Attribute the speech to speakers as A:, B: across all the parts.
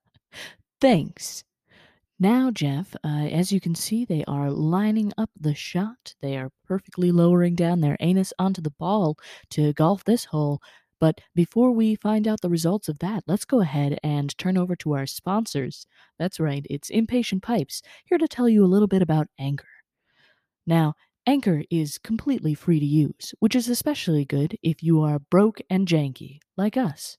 A: Thanks. Now, Jeff, uh, as you can see, they are lining up the shot. They are perfectly lowering down their anus onto the ball to golf this hole. But before we find out the results of that, let's go ahead and turn over to our sponsors. That's right, it's Impatient Pipes, here to tell you a little bit about Anchor. Now, Anchor is completely free to use, which is especially good if you are broke and janky, like us.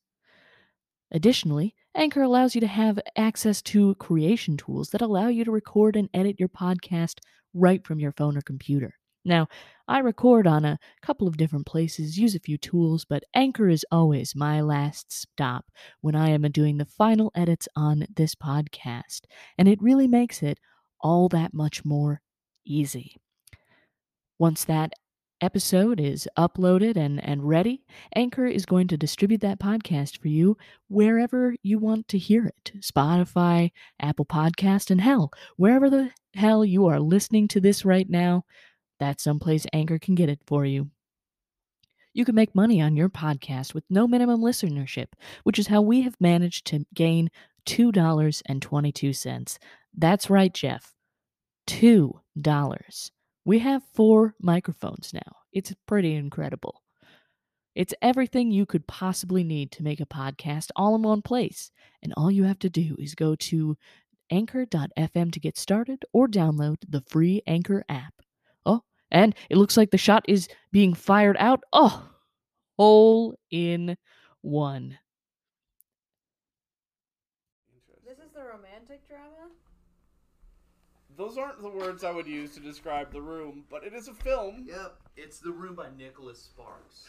A: Additionally, Anchor allows you to have access to creation tools that allow you to record and edit your podcast right from your phone or computer. Now, I record on a couple of different places, use a few tools, but Anchor is always my last stop when I am doing the final edits on this podcast, and it really makes it all that much more easy. Once that episode is uploaded and, and ready, Anchor is going to distribute that podcast for you wherever you want to hear it Spotify, Apple Podcast, and hell, wherever the hell you are listening to this right now, that's someplace Anchor can get it for you. You can make money on your podcast with no minimum listenership, which is how we have managed to gain $2.22. That's right, Jeff. $2. We have four microphones now. It's pretty incredible. It's everything you could possibly need to make a podcast all in one place. And all you have to do is go to anchor.fm to get started or download the free Anchor app. Oh, and it looks like the shot is being fired out. Oh, hole in one.
B: This is the romantic drama?
C: Those aren't the words I would use to describe the room, but it is a film.
D: Yep, it's The Room by Nicholas Sparks.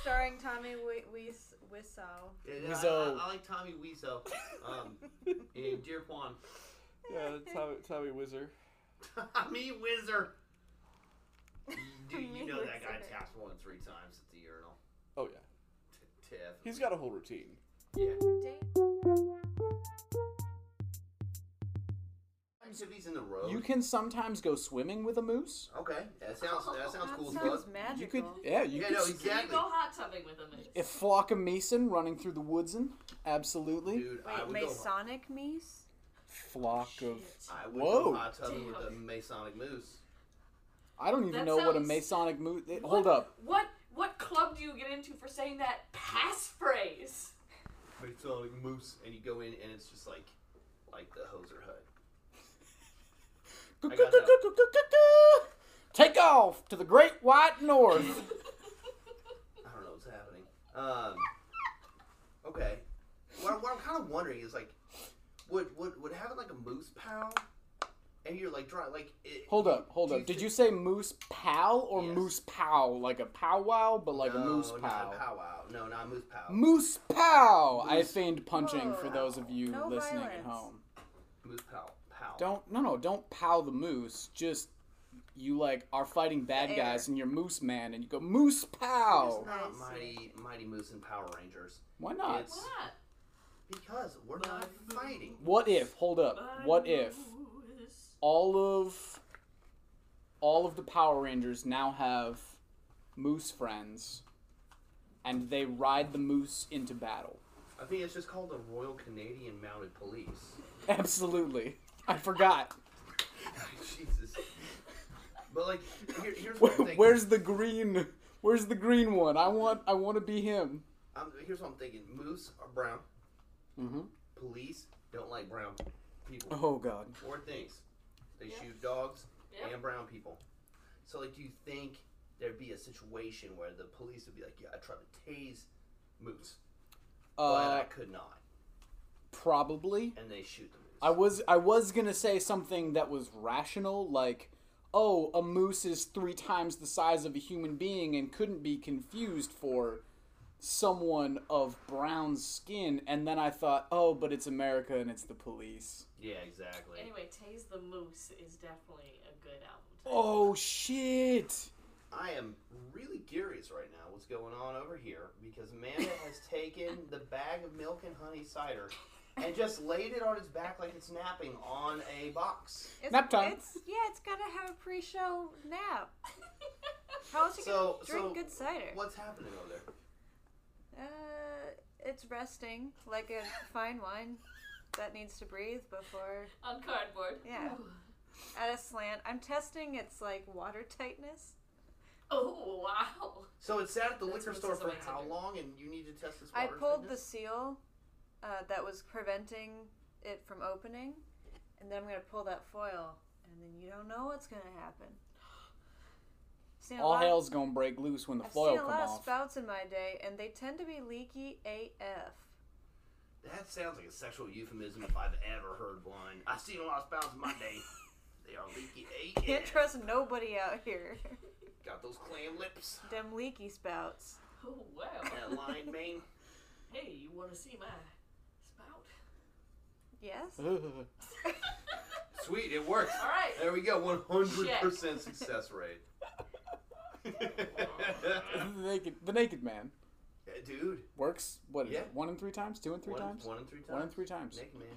B: Starring Tommy Wi- Wies- Wiseau.
D: Yeah, I, I,
C: Wieso.
D: I like Tommy Wiseau. Um, and Dear Juan.
C: yeah, that's Tommy, Tommy Wizard.
D: Tommy Wizard. Dude,
B: Me
D: you know that guy
B: Wizard.
D: taps one three times at the urinal.
C: Oh yeah,
D: T- Tiff.
C: he's got a whole routine.
D: Yeah.
B: Dan-
D: Sometimes if he's in the road.
E: You can sometimes go swimming with a moose.
D: Okay, that sounds that sounds cool as
B: That
D: fuck.
B: sounds
E: You could,
B: magical.
E: yeah, you
D: Yeah,
E: could.
D: no,
E: s-
F: Can you
D: exactly.
F: go hot tubbing with a moose?
E: If flock of mason running through the woods, and absolutely
D: Dude, I
B: Wait,
D: would go.
B: Masonic Meese?
E: flock of.
D: I would
E: Whoa.
D: go hot tubbing with a Masonic moose.
E: I don't even
F: That
E: know what a
F: sounds-
E: masonic moose. it-
F: What-
E: Hold up,
F: What what club do you get into for saying that passphrase?
D: Masonic moose, and you go in, and it's just like, like the hoser hut. I got
E: take off to the great white north.
D: I don't know what's happening. Um, okay. What, what I'm kind of wondering is like, would would would having like a moose pal, and you're like dry like. It,
E: Hold up, hold
D: Do
E: up.
D: you
E: Did
D: thi-
E: you say moose pal or
D: Yes.
E: moose pow? Like a powwow, but like
D: no,
E: a moose
D: Not
E: pow.
D: a powwow. No, not moose pow.
E: Moose pow. I
D: Moose-
E: feigned punching for
B: Whoa.
E: those of you
B: No
E: listening at
B: violence.
E: home.
D: moose pow. Pow.
E: Don't no no don't pow the moose. Just you like are fighting bad
B: air.
E: guys and you're moose man and you go moose
D: It's
E: pow.
D: not
B: I
D: mighty mighty moose and Power Rangers
E: Why not?
D: It's-
F: Why not?
D: because we're not fighting.
E: What if? Hold up. What if
F: Moose.
E: all of all of the Power Rangers now have moose friends and they ride the moose into battle?
D: I think it's just called the Royal Canadian Mounted Police.
E: Absolutely. I forgot.
D: Jesus. But like, here, here's
E: Where,
D: what I'm thinking.
E: where's the green? Where's the green one? I want I want to be him.
D: I'm, here's what I'm thinking. Moose are brown.
E: Mhm.
D: Police don't like brown people.
E: Oh god.
D: Four things. They
F: Yeah.
D: shoot dogs
F: Yeah.
D: and brown people. So like, do you think there'd be a situation where the police would be like, "Yeah, I tried to tase Moose, but
E: Uh,
D: I could not,"
E: probably.
D: and they shoot the moose?
E: I was I was gonna say something that was rational, like, oh, a moose is three times the size of a human being and couldn't be confused for someone of brown skin. And then I thought, oh, but it's America and it's the police.
D: yeah, exactly.
F: Anyway, Tase the Moose is definitely a good album. title.
E: Oh shit!
D: I am really curious right now what's going on over here because Manda has taken the bag of milk and honey cider and just laid it on its back like it's napping on a box.
B: It's,
E: Nap time.
B: It's, yeah, it's gotta have a pre show nap. How else you
D: So-
B: gonna drink
D: so
B: good cider?
D: What's happening over there?
B: Uh, it's resting like a fine wine that needs to breathe before.
F: on cardboard.
B: Yeah. At a slant. I'm testing its like water tightness.
F: Oh wow.
D: So it sat at the
F: That's
D: liquor
F: what
D: store
F: says
D: for
F: on
D: how
F: Tinder.
D: long, and you need to test this water
B: I pulled the
D: thickness?
B: seal uh, that was preventing it from opening, and then I'm gonna pull that foil, and then you don't know what's gonna happen. Seen a
E: All
B: lot-
E: hell's gonna break loose when the
B: I've
E: foil
B: seen a
E: come
B: lot of
E: off.
B: spouts in my day, and they tend to be leaky AF.
D: That sounds like a sexual euphemism if I've ever heard one. I've seen a lot of spouts in my day. They are leaky AF.
B: Can't trust nobody out here.
D: Got those clam lips.
B: Them leaky spouts.
F: Oh wow.
D: That line mane.
F: hey, you want to see my spout?
B: Yes.
D: Sweet, it works.
F: All right.
D: There we go. 100% success rate.
E: the, naked, the naked man
D: Yeah, Dude.
E: works. What is
D: Yeah.
E: it? One in three times? Two in three
D: one,
E: times?
D: One in three times.
E: One in three times.
D: Naked man.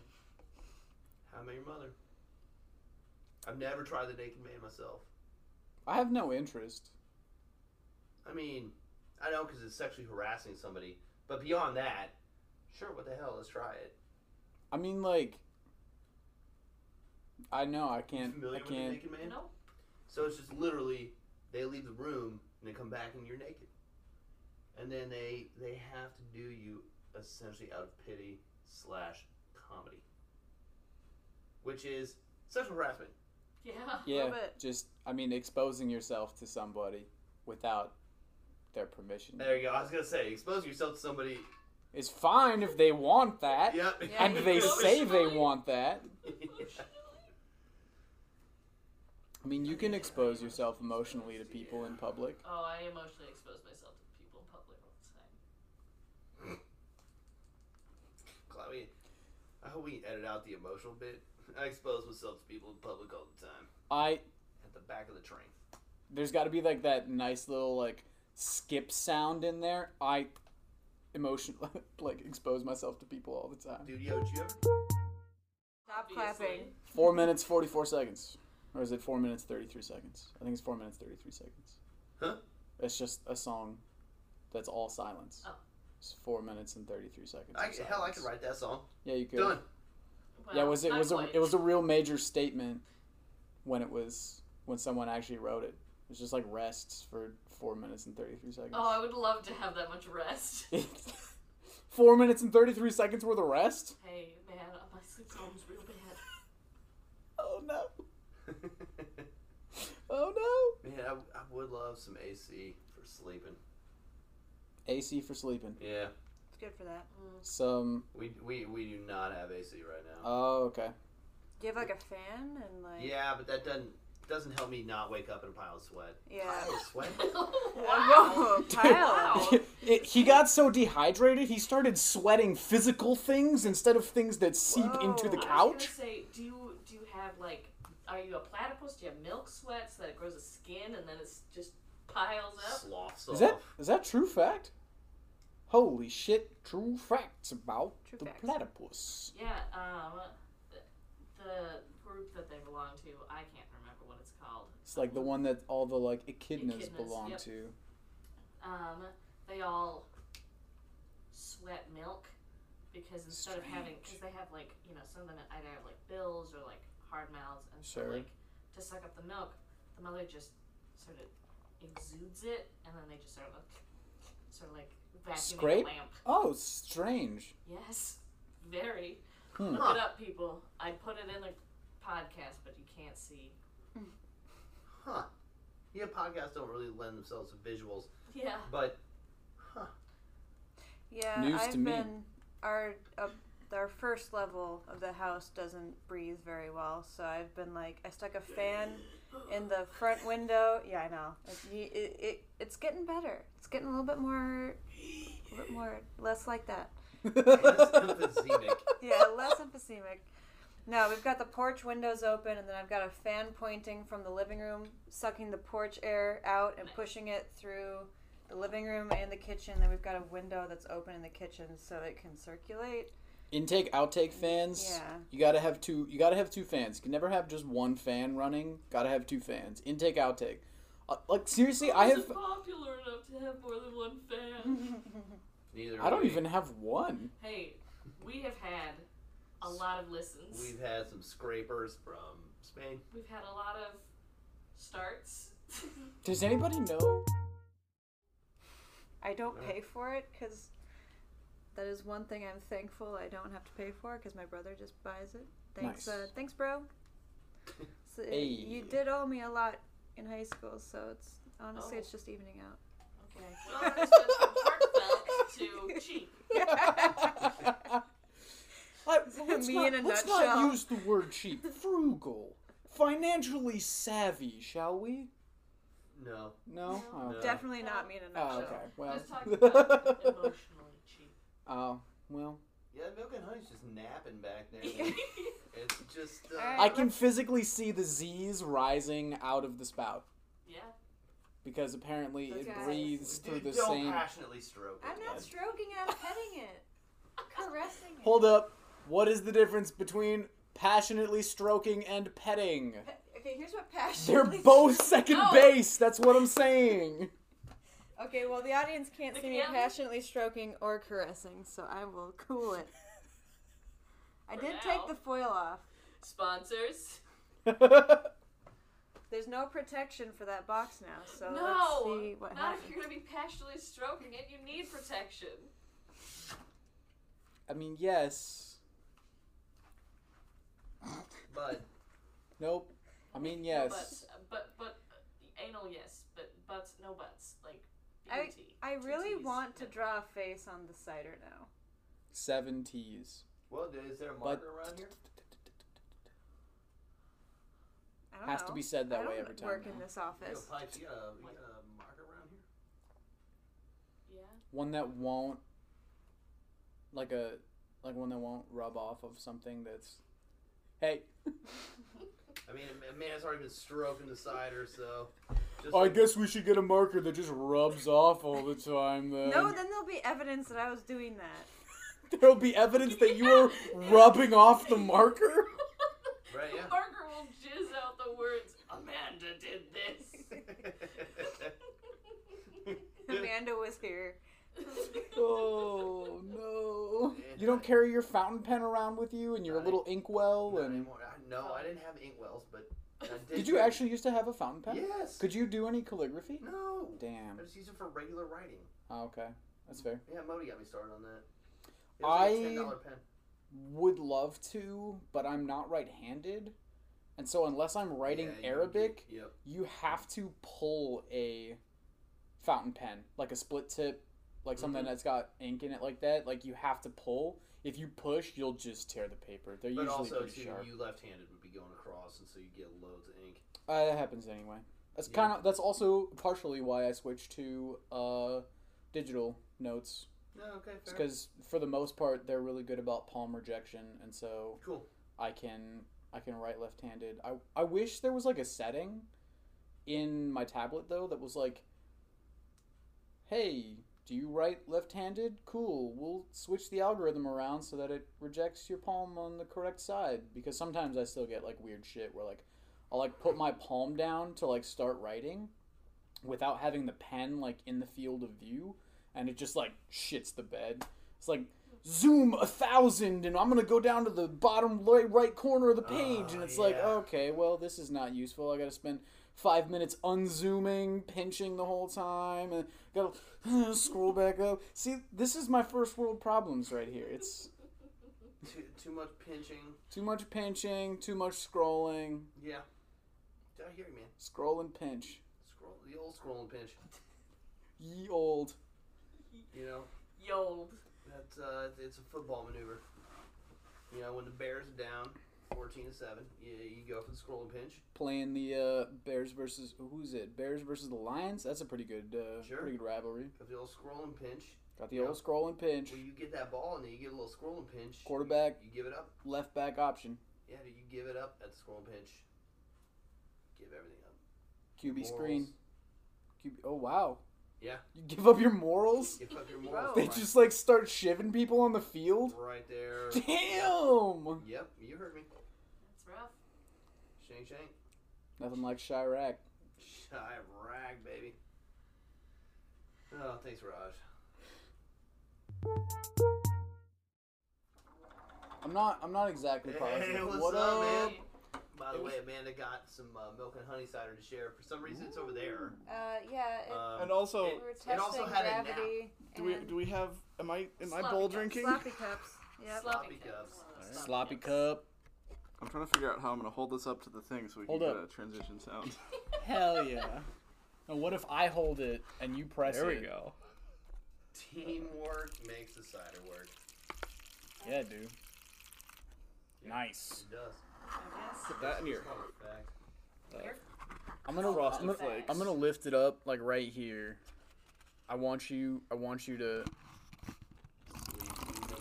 D: How about your mother? I've never tried the naked man myself.
E: I have no interest.
D: I mean, I know because it's sexually harassing somebody, but beyond that, sure, what the hell? Let's try it.
E: I mean, like, I know I
D: You
E: can't. I
D: familiar with the
E: can't.
D: naked man?
F: No.
D: So it's just literally they leave the room and they come back and you're naked, and then they they have to do you essentially out of pity slash comedy, which is sexual harassment.
F: Yeah.
E: Yeah,
B: bit.
E: just I mean, exposing yourself to somebody without their permission
D: There you go. I was gonna say expose yourself to somebody.
E: is fine if they want that,
D: Yep.
B: Yeah,
E: and they say they
F: Emotionally.
E: want that. I mean, you can expose yourself emotionally to people in public.
F: Oh, I emotionally expose myself to people in public all the time.
D: Chloe, I hope we edit out the emotional bit. I expose myself to people in public all the time.
E: I
D: At the back of the train.
E: there's got to be like that nice little like skip sound in there. I emotion like expose myself to people all the time.
D: Dude, yo, did you ever
B: Stop
F: Obviously.
B: clapping.
E: Four minutes forty four seconds, or is it four minutes thirty three seconds? I think it's four minutes thirty three seconds.
D: Huh?
E: It's just a song that's all silence.
F: Oh.
E: It's four minutes and thirty three seconds.
D: I,
E: of
D: hell, I
E: silence.
D: could write that song.
E: Yeah, you could.
D: Done.
F: Well,
E: Yeah, was it
F: not
E: was a
F: quite.
E: it was a real major statement when it was when someone actually wrote it. It's just like rests for four minutes and thirty three seconds.
F: Oh, I would love to have that much rest.
E: Four minutes and 33 seconds worth of rest?
F: Hey, man, my sleep problem's real bad.
E: Oh no.
D: Man,
E: Oh
D: I, I would love some AC for sleeping.
E: no. AC for sleeping.
D: Yeah,
B: It's good for that.
E: Some.
D: we we, we do not have AC right now.
E: Oh, okay.
B: Do you have like a fan and
E: Oh.
B: like?
D: yeah, but that doesn't doesn't help me not wake up in a pile of sweat.
B: Yeah.
D: Pile of sweat.
F: wow.
B: Whoa, Kyle.
F: Wow.
E: It- he got so dehydrated, he started sweating physical things instead of things that seep
B: Whoa.
E: into the
B: I was
F: I was
E: couch.
F: gonna say, do you do you have like, are you a platypus? Do you have milk sweats that it grows a skin and then it's just piles up?
D: Sloths
E: Is
D: off.
E: that is that true fact? Holy shit! True facts about
B: True
E: the
B: facts.
E: platypus.
F: Yeah. Um, the, the group that they belong to, I can't remember what it's called.
E: It's like the one that all the like echidnas,
F: Echidnas,
E: belong
F: yep.
E: to.
F: Um, they all sweat milk because instead of having, because they have like, you know, some of them either have like bills or like hard mouths, and so
E: Sure.
F: like to suck up the milk, the mother just sort of exudes it, and then they just sort of like, sort of like vacuum
E: Scrape?
F: a lamp.
E: Oh, strange.
F: Yes, very.
E: Hmm.
F: Look it up, people. I put it in the podcast, but you can't see.
D: Huh. Yeah, podcasts don't really lend themselves to visuals,
F: Yeah.
D: but
B: Yeah,
E: News
B: I've
E: to me.
B: been our up our first level of the house doesn't breathe very well, so I've been like I stuck a fan in the front window. Yeah, I know. It's, y- it, it, it's getting better. It's getting a little bit more, a little bit more less like that.
D: emphysemic.
B: Yeah, less emphysemic. No, we've got the porch windows open, and then I've got a fan pointing from the living room, sucking the porch air out and pushing it through the living room and the kitchen. Then we've got a window that's open in the kitchen so it can circulate.
E: Intake outtake fans.
B: Yeah.
E: You gotta have two. You gotta have two fans. You can never have just one fan running. Gotta have two fans. Intake outtake. Uh, like seriously, I have.
F: popular enough to have more than one fan.
D: Need
E: I don't even have one.
F: Hey, we have had a lot of listens.
D: We've had some scrapers from Spain.
F: We've had a lot of starts.
E: Does anybody know?
B: I don't pay for it because that is one thing I'm thankful I don't have to pay for because my brother just buys it. Thanks,
E: Nice.
B: uh, thanks, bro. So, uh,
E: Hey.
B: You did owe me a lot in high school, so it's honestly
F: Oh.
B: it's just evening out.
F: okay. Well, this went from heartfelt to cheap.
E: Like,
B: Me
E: let's
B: in
E: not,
B: a
E: let's
B: nutshell.
E: not use the word cheap. Frugal. Financially savvy, shall we?
D: No.
E: No?
F: No.
E: Oh, okay.
B: Definitely not me in a
E: Oh,
B: nutshell.
E: okay.
F: I
E: Well.
F: was talking about emotionally cheap.
E: oh, well.
D: Yeah, that milk and honey's just napping back there. it's just. Uh,
B: Alright.
E: I can physically see the Z's rising out of the spout
F: yeah.
E: because apparently it
B: Okay.
E: breathes
D: Dude,
E: through the
D: don't
E: same.
D: passionately stroke it.
B: I'm not
D: bud.
B: stroking it. I'm petting it, caressing it.
E: Hold up. What is the difference between passionately stroking and petting?
B: Pe- Okay, here's what passion.
E: They're both second
F: No.
E: base. That's what I'm saying.
B: Okay, well the audience can't
F: The
B: see me
F: camera-
B: passionately stroking or caressing, so I will cool it. I
F: For
B: did
F: now.
B: take the foil off.
F: Sponsors.
B: There's no protection for that box now, so
F: no.
B: Uh, let's see what
F: not
B: happens.
F: if you're gonna be passionately stroking it. You need protection.
E: I mean, yes.
D: But
E: Nope. I mean, yes.
F: But but but anal yes, but butts no butts like. BT,
B: I really
F: TTs,
B: want to
F: yeah.
B: draw a face on the cider now.
E: Seven T's.
D: well, is there a
E: But
D: marker around here?
B: I don't
E: Has
B: know.
E: to be said that
B: I
E: way
B: don't
E: every time
B: Work
E: now.
B: in this
D: You got,
B: office.
D: a pipe, you, got a, you got a marker around here?
F: Yeah.
E: one that won't, like a, like one that won't rub off of something that's. Hey,
D: I mean, a man has already been stroking the cider, so. Just
E: I
D: like-
E: guess we should get a marker that just rubs off all the time. Then
B: No, then there'll be evidence that I was doing that.
E: there'll be evidence that you were rubbing off the marker.
D: Right, yeah.
F: Parker will jizz out the words. Amanda did this.
B: Amanda was here.
E: Oh no! You don't carry your fountain pen around with you and your
D: Not
E: little inkwell
D: Not
E: and.
D: anymore. I- No, I didn't have inkwells, but I did.
E: Did you actually used to have a fountain pen?
D: Yes.
E: Could you do any calligraphy?
D: No.
E: Damn.
D: I just use them for regular writing.
E: Oh, okay, that's fair.
D: Yeah, Modi got me started on that. It was like a
E: I-
D: ten dollar pen.
E: Would love to, but I'm not right-handed, and so unless I'm writing
D: Yeah, you-
E: Arabic,
D: Yep.
E: you have to pull a fountain pen, like a split tip, like something
D: Mhm.
E: that's got ink in it, like that. Like you have to pull. If you push, you'll just tear the paper. They're
D: But
E: usually
D: also,
E: pretty
D: too,
E: sharp.
D: you left-handed would be going across, and so you get loads of ink.
E: Uh, that happens anyway. That's
D: Yeah.
E: kind of that's also partially why I switched to uh, digital notes
D: No, okay, fair.
E: because for the most part they're really good about palm rejection, and so
D: Cool.
E: I can I can write left-handed. I I wish there was like a setting in my tablet though that was like hey, do you write left-handed? Cool. We'll switch the algorithm around so that it rejects your palm on the correct side because sometimes I still get like weird shit where like I'll like put my palm down to like start writing without having the pen like in the field of view and it just like shits the bed. It's like zoom a thousand and I'm gonna go down to the bottom right, right corner of the page
D: Oh,
E: and it's like
D: yeah.
E: okay well this is not useful I gotta spend five minutes unzooming pinching the whole time and gotta scroll back up see this is my first world problems right here it's
D: Too, too much pinching.
E: too much pinching too much scrolling
D: Yeah. Did I hear you, man?
E: scroll and pinch
D: Scroll the old scroll and pinch.
E: ye old
D: You know,
F: Yold.
D: that's uh, it's a football maneuver. You know, when the Bears are down fourteen to seven, you, you go for the scroll and pinch.
E: playing the uh, Bears versus who's it Bears versus the Lions that's a pretty good uh,
D: Sure.
E: pretty good rivalry
D: Go for the old scroll and pinch.
E: got the
D: Yeah.
E: old scroll and pinch
D: Well, you get that ball and then you get a little scroll and pinch. You-
E: Quarterback.
D: You, give it up.
E: left back option
D: Yeah, dude, you give it up at the scroll and pinch. Give everything up.
E: QB
D: Morals.
E: screen QB oh wow
D: Yeah.
E: you give up your morals
D: Give up your
B: Bro.
D: morals.
E: They
D: right,
E: just like start shivving people on the field.
D: right there.
E: Damn!
D: Yep, you heard me.
F: That's rough.
D: Shang Shang.
E: Nothing like Chirac.
D: Shy rag, baby. Oh, thanks, Raj.
E: I'm not. I'm not exactly
D: Hey,
E: positive.
D: what's
E: what
D: up,
E: up?
D: man? By the
E: It was-
D: way, Amanda got some uh, milk and honey cider to share. For some reason, it's over there.
B: Uh, yeah. It,
D: Um,
C: And also,
B: we were
D: it,
B: testing
D: it also had a nap.
B: gravity.
C: do we
B: and
C: do we have? Am I am I
F: Sloppy
C: bowl
F: cups.
C: drinking?
B: sloppy cups? Yep.
D: Sloppy
F: Sloppy
D: cups.
F: cups.
C: Alright.
E: Sloppy cup.
C: I'm trying to figure out how I'm gonna hold this up to the thing so we
E: Hold
C: can
E: up.
C: get a transition sound.
E: Hell yeah. Now what if I hold it and you press
C: there
E: it?
C: we go.
D: Teamwork makes the cider work.
E: Yeah, dude. Nice.
D: It does.
E: Uh,
C: Put that in your.
D: Matter of fact,
E: I'm gonna,
C: Frosted
E: I'm, gonna
C: Flakes.
E: I'm gonna lift it up like right here. I want you. I want you to.
D: we- we know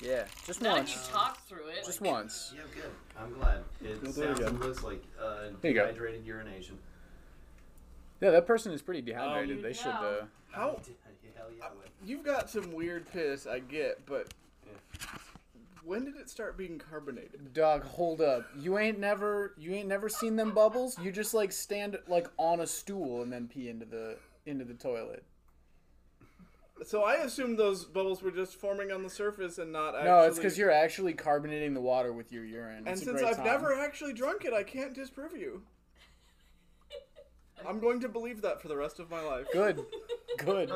D: you-
E: Yeah, just
F: Now
E: once.
F: you talk through it.
E: Just once.
D: Yeah, good. I'm glad. It
E: Well, there you
D: sounds
E: go.
D: and looks like uh,
E: There you go.
D: dehydrated urination.
E: Yeah, that person is pretty dehydrated.
C: Um,
E: they should. Uh,
F: No.
C: How
D: Hell yeah, it would.
C: you've got some weird piss, I get, but when did it start being carbonated?
E: Dog, hold up. You ain't never. You ain't never seen them bubbles. You just like stand like on a stool and then pee into the into the toilet.
C: So I assumed those bubbles were just forming on the surface and not actually.
E: No, it's because you're actually carbonating the water with your urine.
C: And
E: It's a
C: since
E: great
C: I've
E: time.
C: never actually drunk it, I can't disprove you. I'm going to believe that for the rest of my life.
E: Good. Good.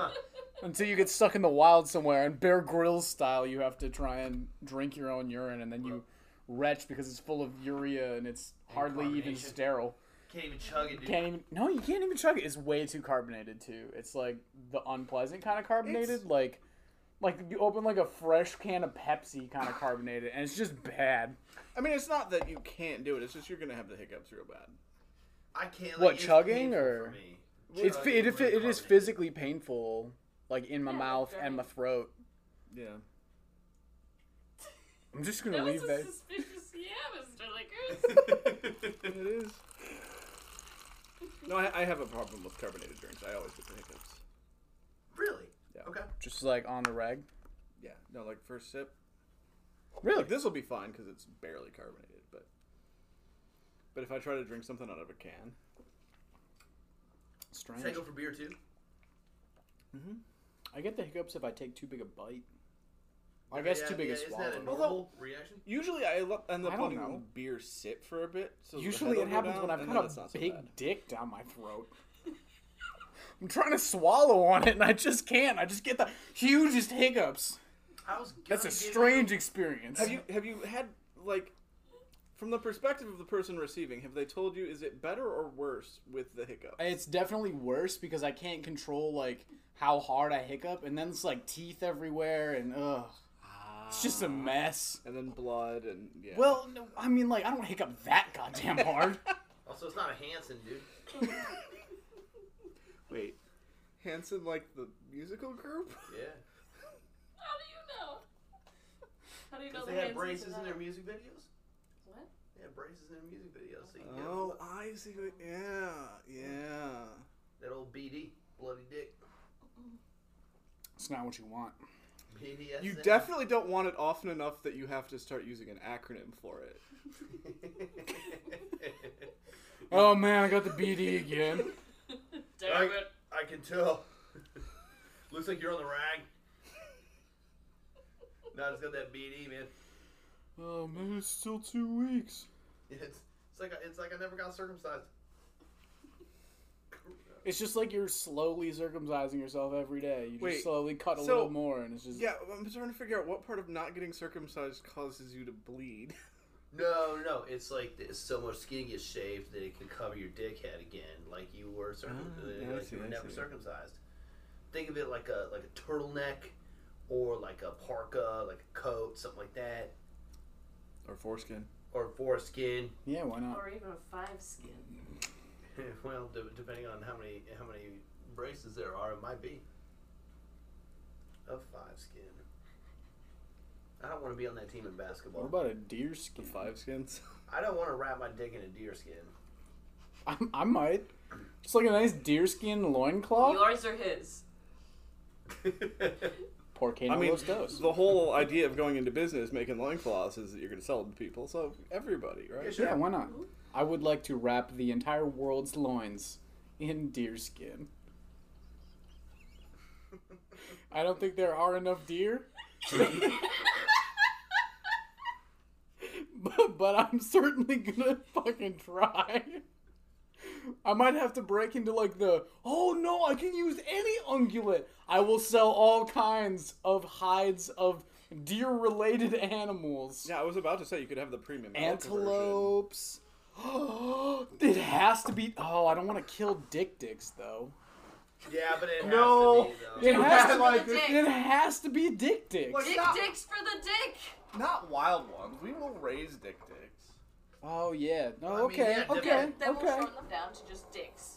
E: Until you get stuck in the wild somewhere and Bear Grylls style, you have to try and drink your own urine and then you retch because it's full of urea and it's hardly even
D: carbonation.
E: sterile.
D: Can't even chug it, dude.
E: Can't even. No, you can't even chug it. It's way too carbonated too. It's like the unpleasant kind of carbonated,
C: It's-
E: like. Like you open like a fresh can of Pepsi, kind of carbonated, and it's just bad.
C: I mean, it's not that you can't do it. It's just you're gonna have the hiccups real bad.
D: I can't. Like,
E: What,
D: it's
E: chugging,
D: painful
E: or-
D: For me.
E: It's it,
D: Chugging is
E: it,
D: really
E: it is
D: carbonated.
E: physically painful, like in my
F: Yeah,
E: mouth
F: very.
E: and my throat.
C: Yeah.
E: I'm just gonna
F: That was
E: leave
F: a
E: that.
F: suspicious yeah, Mr. Lickers.
D: It
C: It is. No, I, I have a problem with carbonated drinks. I always get the hiccups.
D: really?
C: Yeah.
D: Okay.
E: Just like on the reg.
C: Yeah. No, like first sip.
E: Really?
C: Like this will be fine because it's barely carbonated. But but if I try to drink something out of a can,
E: Strange.
D: Take go for beer too.
E: I get the hiccups if I take too big a bite. I guess
D: Yeah,
E: too big
D: yeah,
E: a
D: isn't
E: swallow.
D: that a
C: Although-
D: normal reaction?
C: usually I lo- end
E: I
C: up
E: don't
C: letting
E: know.
C: the beer sit for a bit. So the
E: Usually
C: head
E: it
C: will go
E: happens
C: down,
E: when I've
C: and
E: got
C: then
E: a
C: it's not so
E: big
C: bad.
E: dick down my throat. I'm trying to swallow on it and I just can't. I just get the hugest hiccups.
D: I was.
E: That's a
D: gonna give
E: strange
D: you-
E: experience.
C: Have you have you had like from the perspective of the person receiving? Have they told you is it better or worse with the hiccup?
E: It's definitely worse because I can't control like how hard I hiccup, and then it's like teeth everywhere, and ugh, it's just a mess.
C: and then blood and yeah.
E: Ah. Well, no, I mean, like I don't hiccup that goddamn hard.
D: Also, Oh, it's not a Hanson, dude.
C: wait, Hanson like the musical group?
D: Yeah.
F: How do you know? How do you know
D: Because
F: the
D: they had
F: hands
D: braces
F: into
D: in
F: that?
D: their music videos.
F: What?
D: They had braces in their music videos. So you get
C: Oh, I see. What, yeah, yeah.
D: that old BD, bloody dick.
E: it's not what you want.
D: BDSM.
C: You definitely don't want it often enough that you have to start using an acronym for it.
E: Oh man, I got the BD again.
F: Damn
D: Like-
F: it.
D: I can tell. Looks like you're on the rag. No, it's got that BD, man.
E: Oh man, it's still two weeks.
D: It's, it's like I, it's like I never got circumcised.
E: It's just like you're slowly circumcising yourself every day. You just
C: Wait,
E: slowly cut a
C: so-
E: little more, and it's just
C: Yeah, I'm trying to figure out what part of not getting circumcised causes you to bleed.
D: No, no, it's like it's so much skin gets shaved that it can cover your dickhead again, like you were circum-
C: Ah,
D: uh,
C: I
D: like
C: see,
D: you were
C: I
D: never
C: see.
D: circumcised. Think of it like a like a turtleneck, or like a parka, like a coat, something like that,
C: Or foreskin.
D: or foreskin.
E: yeah. Why not?
F: Or even a five skin.
D: well, d- depending on how many how many braces there are, it might be a five skin. I don't want to be on that team in
E: What
D: basketball.
E: about a deer skin?
C: Five skins.
D: I don't want to wrap my dick in a deer skin.
E: I, I might. Just like a nice deer skin loincloth.
F: Yours or his?
E: Poor Kano
C: I mean,
E: loves those.
C: the whole idea of going into business making loincloths is that you're going to sell them to people. So everybody, right?
D: Yes,
E: Yeah, why not? I would like to wrap the entire world's loins in deer skin. I don't think there are enough deer, but, but I'm certainly gonna fucking try. I might have to break into like the oh no, I can use any ungulate. I will sell all kinds of hides of deer related animals.
C: Yeah, I was about to say you could have the premium elk version.
E: Antelopes. it has to be. Oh, I don't want to kill dick dicks though.
D: Yeah, but it has
E: No.
D: to be though.
E: It has, to,
F: like-
E: be, it has to be dick dicks.
D: Like-
F: Dick
D: Stop.
F: dicks for the dick.
D: Not wild ones. We will raise dick dicks.
E: Oh yeah. No.
D: I mean,
E: okay.
D: yeah,
E: okay.
D: depend-
F: Then we'll
E: okay.
F: shorten them down to just dicks.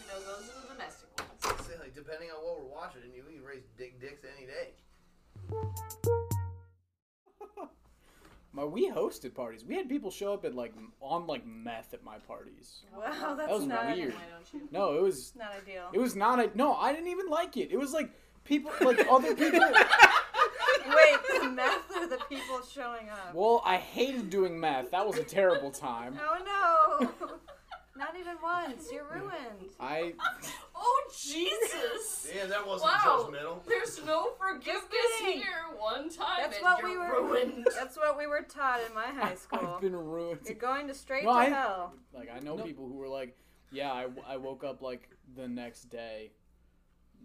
F: You know, those are the domestic ones.
D: Say, like, depending on what we're watching, you can raise dick dicks any day.
E: My we hosted parties. We had people show up at like on like meth at my parties.
B: Wow, that's
E: That was
B: not
E: weird.
F: Why don't you?
E: No, it was
B: not ideal.
E: it was not. A, no, I didn't even like it. It was like people like other people.
B: Wait, the meth or the people showing up?
E: Well, I hated doing meth. That was a terrible time.
B: Oh no! not even once. You're ruined.
E: I
F: Oh Jesus!
D: Yeah, that wasn't
F: Wow.
D: judgmental.
F: There's no forgiveness
B: kidding.
F: here. One time
B: That's
F: and
B: what we
F: you're
B: were.
F: ruined.
B: That's what we were taught in my high school.
E: I've been
B: You're
E: ruined.
B: going to straight
E: No,
B: to
E: I-
B: hell.
E: Like I know people who were like, yeah, I, I woke up like the next day,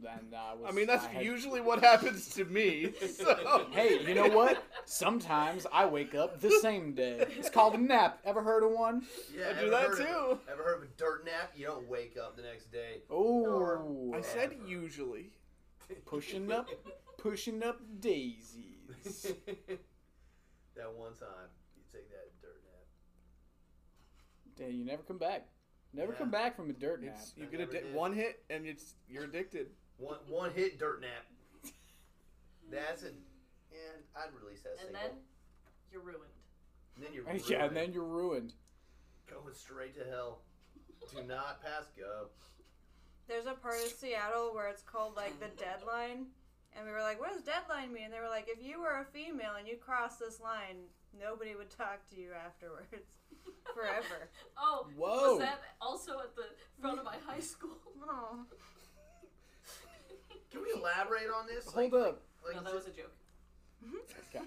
E: and I was.
C: I mean, that's
E: I had-
C: usually what happens to me. So.
E: Hey, you know what? Sometimes I wake up the same day. It's called a nap. Ever heard of one?
D: Yeah,
C: I do
D: ever
C: that
D: heard of
C: too.
D: a- ever heard of a dirt nap? You don't wake up the next day.
E: Oh,
C: I said usually.
E: pushing up, pushing up daisies.
D: that one time, you take that dirt nap.
E: Damn, you never come back. Never
D: Yeah.
E: come back from a dirt nap.
C: It's, you
D: I
C: get a
D: never
C: di-
D: did.
C: one hit and it's, you're addicted.
D: One one hit dirt nap. That's it. And I'd release that
F: And
D: single.
F: then you're ruined.
D: And then you're
E: Yeah, and
D: ruined.
E: then you're ruined.
D: going straight to hell. Do not pass go.
B: There's a part of Seattle where it's called like the deadline, and we were like, "What does deadline mean?" And they were like, "If you were a female and you crossed this line, nobody would talk to you afterwards, forever."
F: Oh,
E: Whoa.
F: was that also at the front of my high school?
B: Oh.
D: Can we elaborate on this?
E: Hold
D: like,
E: up.
D: Like,
F: No, that was a joke.
E: Okay.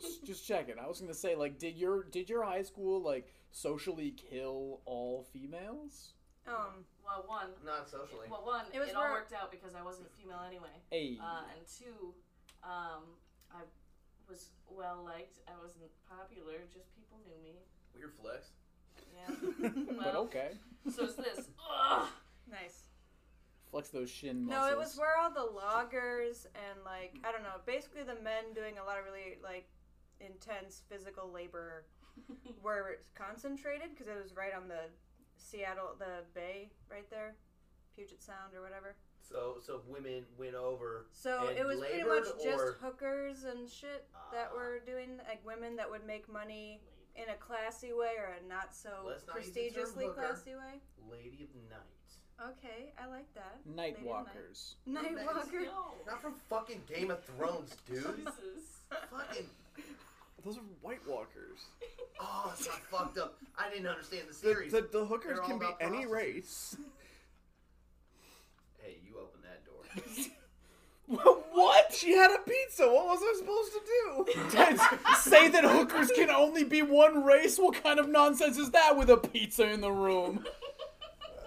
E: Just- Just checking. I was gonna say, like, did your did your high school like socially kill all females?
B: Um.
F: Well, one.
D: not socially.
F: Well, one.
B: It
F: It,
B: was
F: all
B: where-
F: worked out because I wasn't female anyway.
E: Hey,
F: Uh, and two, um, I was well liked. I wasn't popular. Just people knew me.
D: Weird flex.
F: Yeah.
E: but
F: well,
E: okay.
F: so it's this. Ugh.
B: Nice.
E: Flex those shin muscles.
B: No, it was where all the loggers and like I don't know, basically the men doing a lot of really like intense physical labor were concentrated because it was right on the Seattle, the bay right there, Puget Sound or whatever.
D: So so women went over.
B: So
D: And
B: it was pretty much
D: labored, or-
B: just hookers and shit that
D: Ah.
B: were doing like women that would make money in a classy way or a not so
D: Let's not use the term
B: prestigiously
D: hooker.
B: classy way.
D: Lady of Night.
B: Okay, I like that. Lady
E: night
B: of
E: walkers.
B: Night
D: Nice.
B: walker.
F: No.
D: Not from fucking Game of Thrones, dude.
F: Jesus.
D: fucking.
C: Those are White Walkers.
D: Oh, it's not fucked up. I didn't understand the
C: The,
D: series.
C: the, the hookers
D: They're all
C: can be
D: about
C: any
D: prostitutes.
C: race.
D: Hey, you open that door.
E: what?
C: She had a pizza. What was I supposed to do?
E: Say that hookers can only be one race? What kind of nonsense is that with a pizza in the room?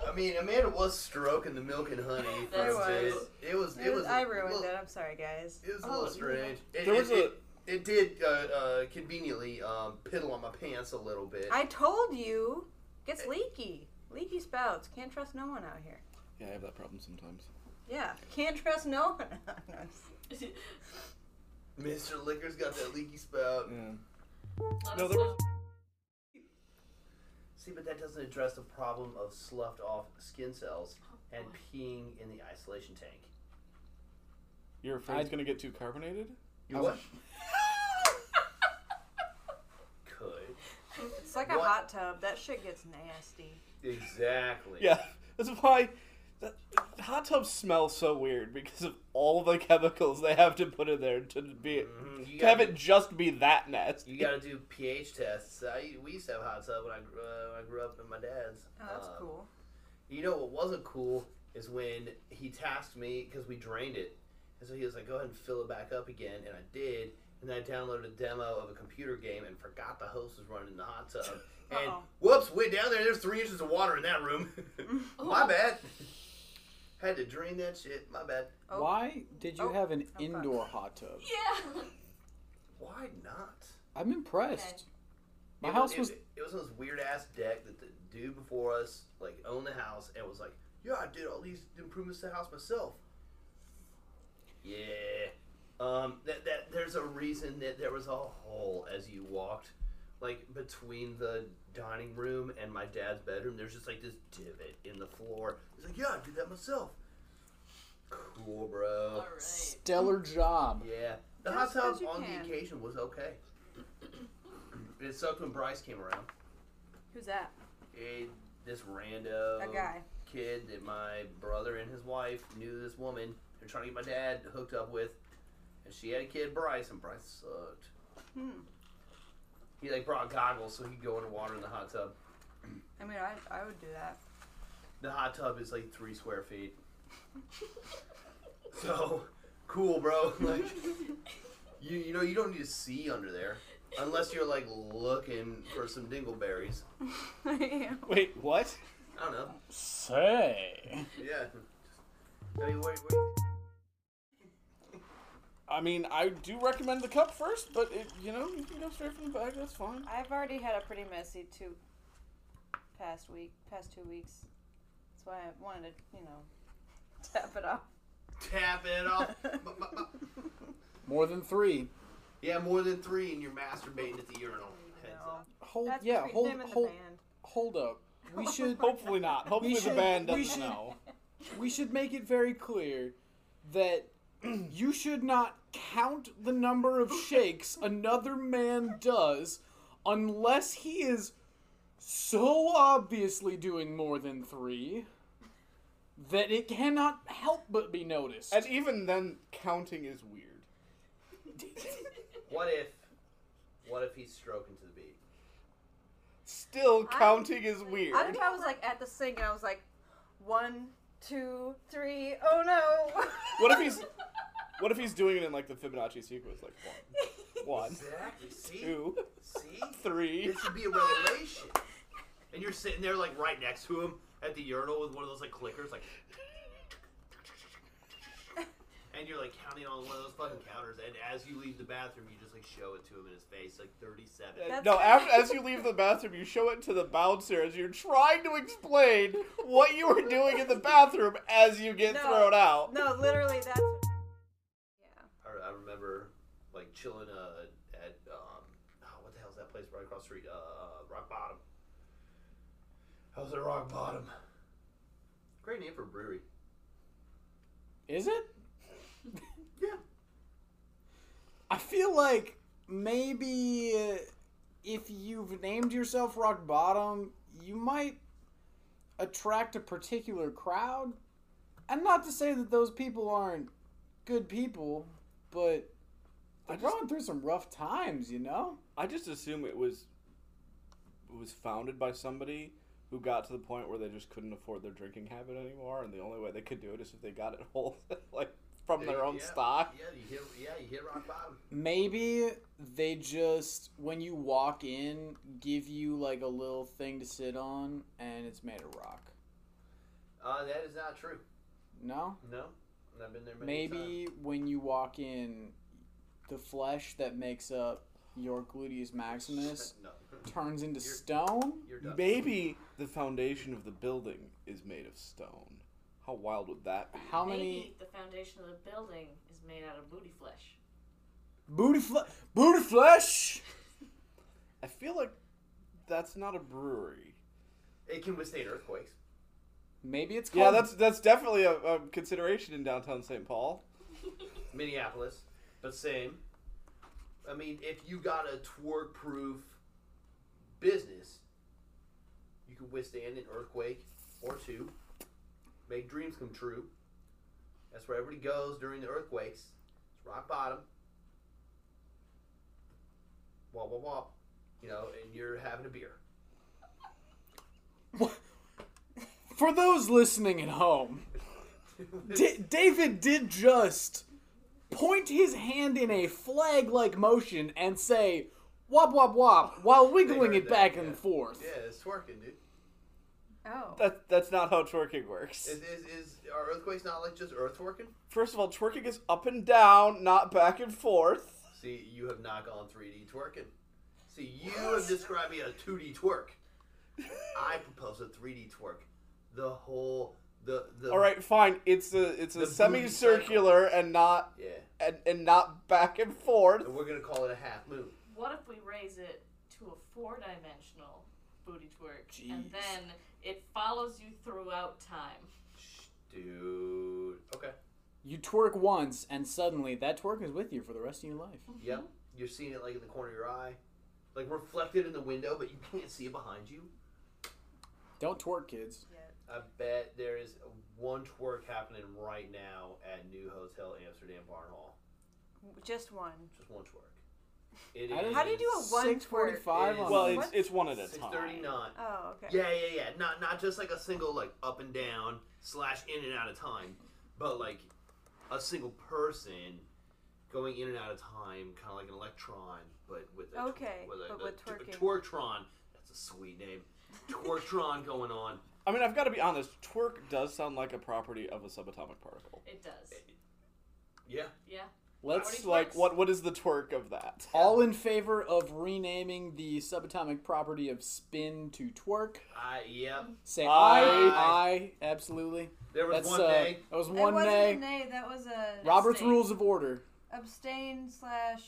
D: I mean, Amanda was stroking the milk and honey.
F: I
D: for a bit.
F: was.
D: It was. It
B: It
D: was.
B: I
D: a
B: ruined
D: little-
B: it. I'm sorry, guys.
D: It was a little
F: Oh,
D: strange. It,
C: There
D: it,
C: was a-
D: it- it did uh, uh, conveniently um, piddle on my pants a little bit.
B: I told you, gets leaky. Leaky spouts. Can't trust no one out here.
C: Yeah, I have that problem sometimes.
B: Yeah, can't trust no one.
D: Mr. Liquor's got that leaky spout.
C: Yeah.
F: Let
C: No,
F: us
C: there
F: know.
D: See, but that doesn't address the problem of sloughed off skin cells and
B: Oh,
D: peeing in the isolation tank.
C: You're afraid it's gonna get too carbonated?
D: You what? Could.
B: it's like a
D: What?
B: hot tub. That shit gets nasty.
D: Exactly.
C: Yeah, that's why that, hot tubs smell so weird because of all the chemicals they have to put in there to be
D: Mhm, you
C: to have
D: gotta-
C: it just be that nasty.
D: You gotta do pH tests. I, we used to have hot tub when I, gr- uh, when I grew up in my dad's.
B: Oh, that's
D: Um,
B: cool.
D: You know what wasn't cool is when he tasked me because we drained it, And so he was like, go ahead and fill it back up again. And I did. And then I downloaded a demo of a computer game and forgot the host was running the hot tub. And
B: Uh-oh.
D: whoops, went down there. There's three inches of water in that room.
B: Oh.
D: My bad. Had to drain that shit. My bad.
B: Oh.
E: Why did you
B: Oh,
E: have an
B: fuck.
E: indoor hot tub?
F: Yeah.
D: Why not?
E: I'm impressed. My
D: It
E: house
D: it-
E: was.
D: It, was on this weird ass deck that the dude before us like owned the house and was like, "Yeah, I did all these improvements to the house myself." Yeah. Um. That that there's a reason that there was a hole as you walked, like between the dining room and my dad's bedroom. There's just like this divot in the floor. He's like, "Yeah, I did that myself." Cool, bro.
F: All right.
E: Stellar job.
D: Yeah. The
B: Just
D: hot
B: as
D: tub
B: you
D: on
B: can.
D: the occasion was okay. it sucked when Bryce came around.
B: Who's that?
D: Hey, this rando
B: A guy.
D: kid that my brother and his wife knew this woman. They're trying to get my dad hooked up with, and she had a kid, Bryce, and Bryce sucked.
B: Hmm.
D: He like brought goggles so he could go underwater in the hot tub.
B: I mean, I, I would do that.
D: The hot tub is like three square feet. so cool, bro. Like you, you know, you don't need to see under there unless you're like looking for some dingleberries.
C: Wait, what?
D: I don't know.
E: Say.
D: Yeah. I mean, wait, wait.
C: I mean, I do recommend the cup first, but it, you know, you can go straight from the bag. That's fine.
B: I've already had a pretty messy two past week, past two weeks. That's why I wanted to, you know, tap it off.
D: Tap it off. Bu- bu- bu-
E: More than three.
D: Yeah, more than three, and you're masturbating at the urinal. Heads up.
E: Hold.
B: That's
E: yeah.
B: between
E: Hold.
B: him and
E: Hold.
B: the band.
E: Hold up. We should.
C: Hopefully not. Hopefully
E: We
C: the
E: should-
C: band
E: we
C: doesn't
E: should-
C: know.
E: we should make it very clear that you should not count the number of shakes another man does unless he is so obviously doing more than three that it cannot help but be noticed.
C: And even then, counting is weird.
D: What if, what if he's stroking to the beat?
C: Still, counting is weird.
B: I think I was like at the sink and I was like, one, two, three, oh no.
C: What if he's What if he's doing it in like the Fibonacci sequence, like one, one,
D: Exactly. See,
C: two,
D: see,
C: three?
D: this would be a revelation. And you're sitting there like right next to him at the urinal with one of those like clickers, like. And you're like counting on one of those fucking counters, and as you leave the bathroom, you just like show it to him in his face, like 37.
B: That's
C: no,
B: good.
C: after, as you leave the bathroom, you show it to the bouncer as you're trying to explain what you were doing in the bathroom as you get
B: No.
C: thrown out.
B: no, literally, that's. Yeah.
D: I, I remember like chilling uh, at um, oh, what the hell's that place right across the street? Uh, Rock Bottom. I was at Rock Bottom. Great name for a brewery.
E: Is it?
D: Yeah.
E: I feel like maybe uh, if you've named yourself Rock Bottom, you might attract a particular crowd. And not to say that those people aren't good people, but they're
C: just-
E: going through some rough times, you know?
C: I just assume it was it was founded by somebody who got to the point where they just couldn't afford their drinking habit anymore, and the only way they could do it is if they got it whole, like from their own
D: Yeah,
C: stock.
D: Yeah, you hit. Yeah, you hit Rock Bottom.
E: Maybe they just, when you walk in, give you like a little thing to sit on and it's made of rock.
D: Uh, that is not true.
E: No?
D: No, I've been there many times.
E: Maybe when you walk in, the flesh that makes up your gluteus maximus
D: No,
E: turns into stone.
D: you're done.
C: Maybe the foundation of the building is made of stone. How wild would that be?
E: How many
F: Maybe the foundation of the building is made out of booty flesh.
E: booty fle- booty flesh?
C: I feel like that's not a brewery.
D: It can withstand earthquakes.
E: Maybe it's called.
C: Yeah, that's that's definitely a, a consideration in downtown St. Paul.
D: Minneapolis, but same. I mean, if you got a twerk-proof business, you can withstand an earthquake or two, make dreams come true. That's where everybody goes during the earthquakes. It's rock bottom. Wah wah wah. You know, and you're having a beer.
E: for those listening at home. D- David did just point his hand in a flag like motion and say, wop wop wop, while wiggling
D: heard
E: it
D: that,
E: back
D: yeah.
E: and forth.
D: Yeah, it's twerking, dude.
B: Oh.
C: That, that's not how twerking works.
D: Is, is, is are earthquakes not like just earth twerking?
C: First of all, twerking is up and down, not back and forth.
D: See, you have not gone 3D twerking. See, you have described me a 2D twerk. I propose a 3D twerk. The whole the the.
C: All right, fine. It's a it's a
D: The booty
C: semicircular and not
D: Yeah,
C: and, and not back and forth.
D: and we're gonna call it a half moon.
F: What if we raise it to a four-dimensional booty twerk, and
E: Jeez.
F: then it follows you throughout time?
D: Shh, dude. Okay.
E: You twerk once, and suddenly that twerk is with you for the rest of your life.
C: Mm-hmm.
D: Yep. You're seeing it like in the corner of your eye, like reflected in the window, but you can't see it behind you.
E: Don't twerk, kids.
D: I bet there is one twerk happening right now at New Hotel Amsterdam Barn Hall.
B: Just one.
D: Just one twerk. It
E: How
B: How do you do a one
E: Six forty-five.
D: twerk?
E: on
C: Well,
E: the-
C: it's it's one at a
D: Six
C: time.
D: thirty-nine.
B: Oh, okay.
D: Yeah, yeah, yeah. Not not just like a single like up and down slash in and out of time, but like a single person going in and out of time, kind of like an electron, but with a tw-
B: Okay,
D: with a,
B: but
D: a
B: with
D: t- a
B: twerking.
D: twerktron. That's a sweet name. Twerktron going on.
C: I mean, I've got to be honest. Twerk does sound like a property of a subatomic particle.
F: It does.
D: Yeah,
F: Yeah.
E: Let's
F: Already
C: It's like
F: twerks.
C: what what is the twerk of that?
E: all in favor of renaming the subatomic property of spin to twerk.
D: I yeah.
E: Say
C: Aye.
E: aye, aye, absolutely.
D: There was
E: That's
D: one
E: uh,
D: day.
E: that was
B: It
E: one
B: wasn't a
E: nay.
B: nay. That was a
E: Robert's
F: Abstain.
E: rules of order.
B: abstain slash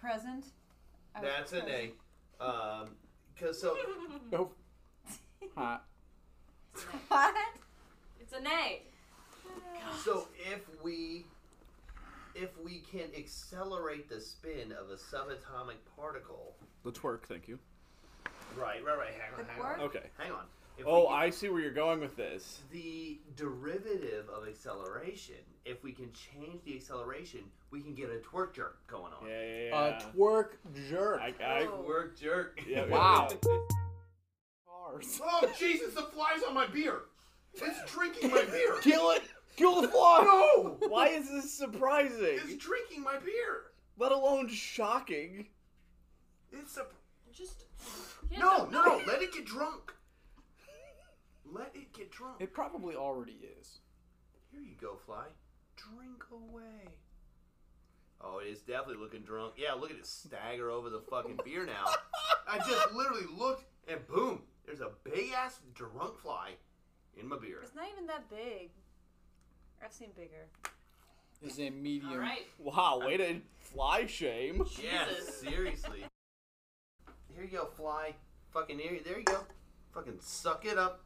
B: present. I was
D: That's a
B: present.
D: nay. Um, cause so
E: Oh, hot.
B: What?
F: It's a nay.
D: So if we if we can accelerate the spin of a subatomic particle,
C: The twerk, thank you.
D: right, right, right. Hang on,
B: The
D: hang on,
C: Okay.
D: hang on. If
C: Oh,
D: we can-
C: I see where you're going with this.
D: the derivative of acceleration. If we can change the acceleration, we can get a twerk jerk going on.
C: Yeah, yeah,
E: A
C: yeah.
E: twerk jerk.
C: I, I,
B: Oh.
D: Twerk jerk.
C: yeah, yeah.
E: Wow. Cars.
D: Oh Jesus! The flies on my beer. It's drinking my beer.
E: Kill it. Kill the fly.
D: No,
C: Why is this surprising?
D: drinking my beer.
C: Let alone shocking.
D: It's a
F: Just. Yeah,
D: No, no, no. Let it get drunk. Let it get drunk.
E: It probably already is.
D: Here you go, fly. Drink away. Oh, it is definitely looking drunk. Yeah, look at it stagger over the fucking beer now. I just literally looked and boom, there's a big ass drunk fly in my beer.
B: It's not even that big. I've seen bigger.
E: Is a medium.
F: All right.
C: Wow, way to fly shame.
D: Yeah,
F: Jesus.
D: seriously. Here you go, fly. Fucking here, there you go. Fucking suck it up.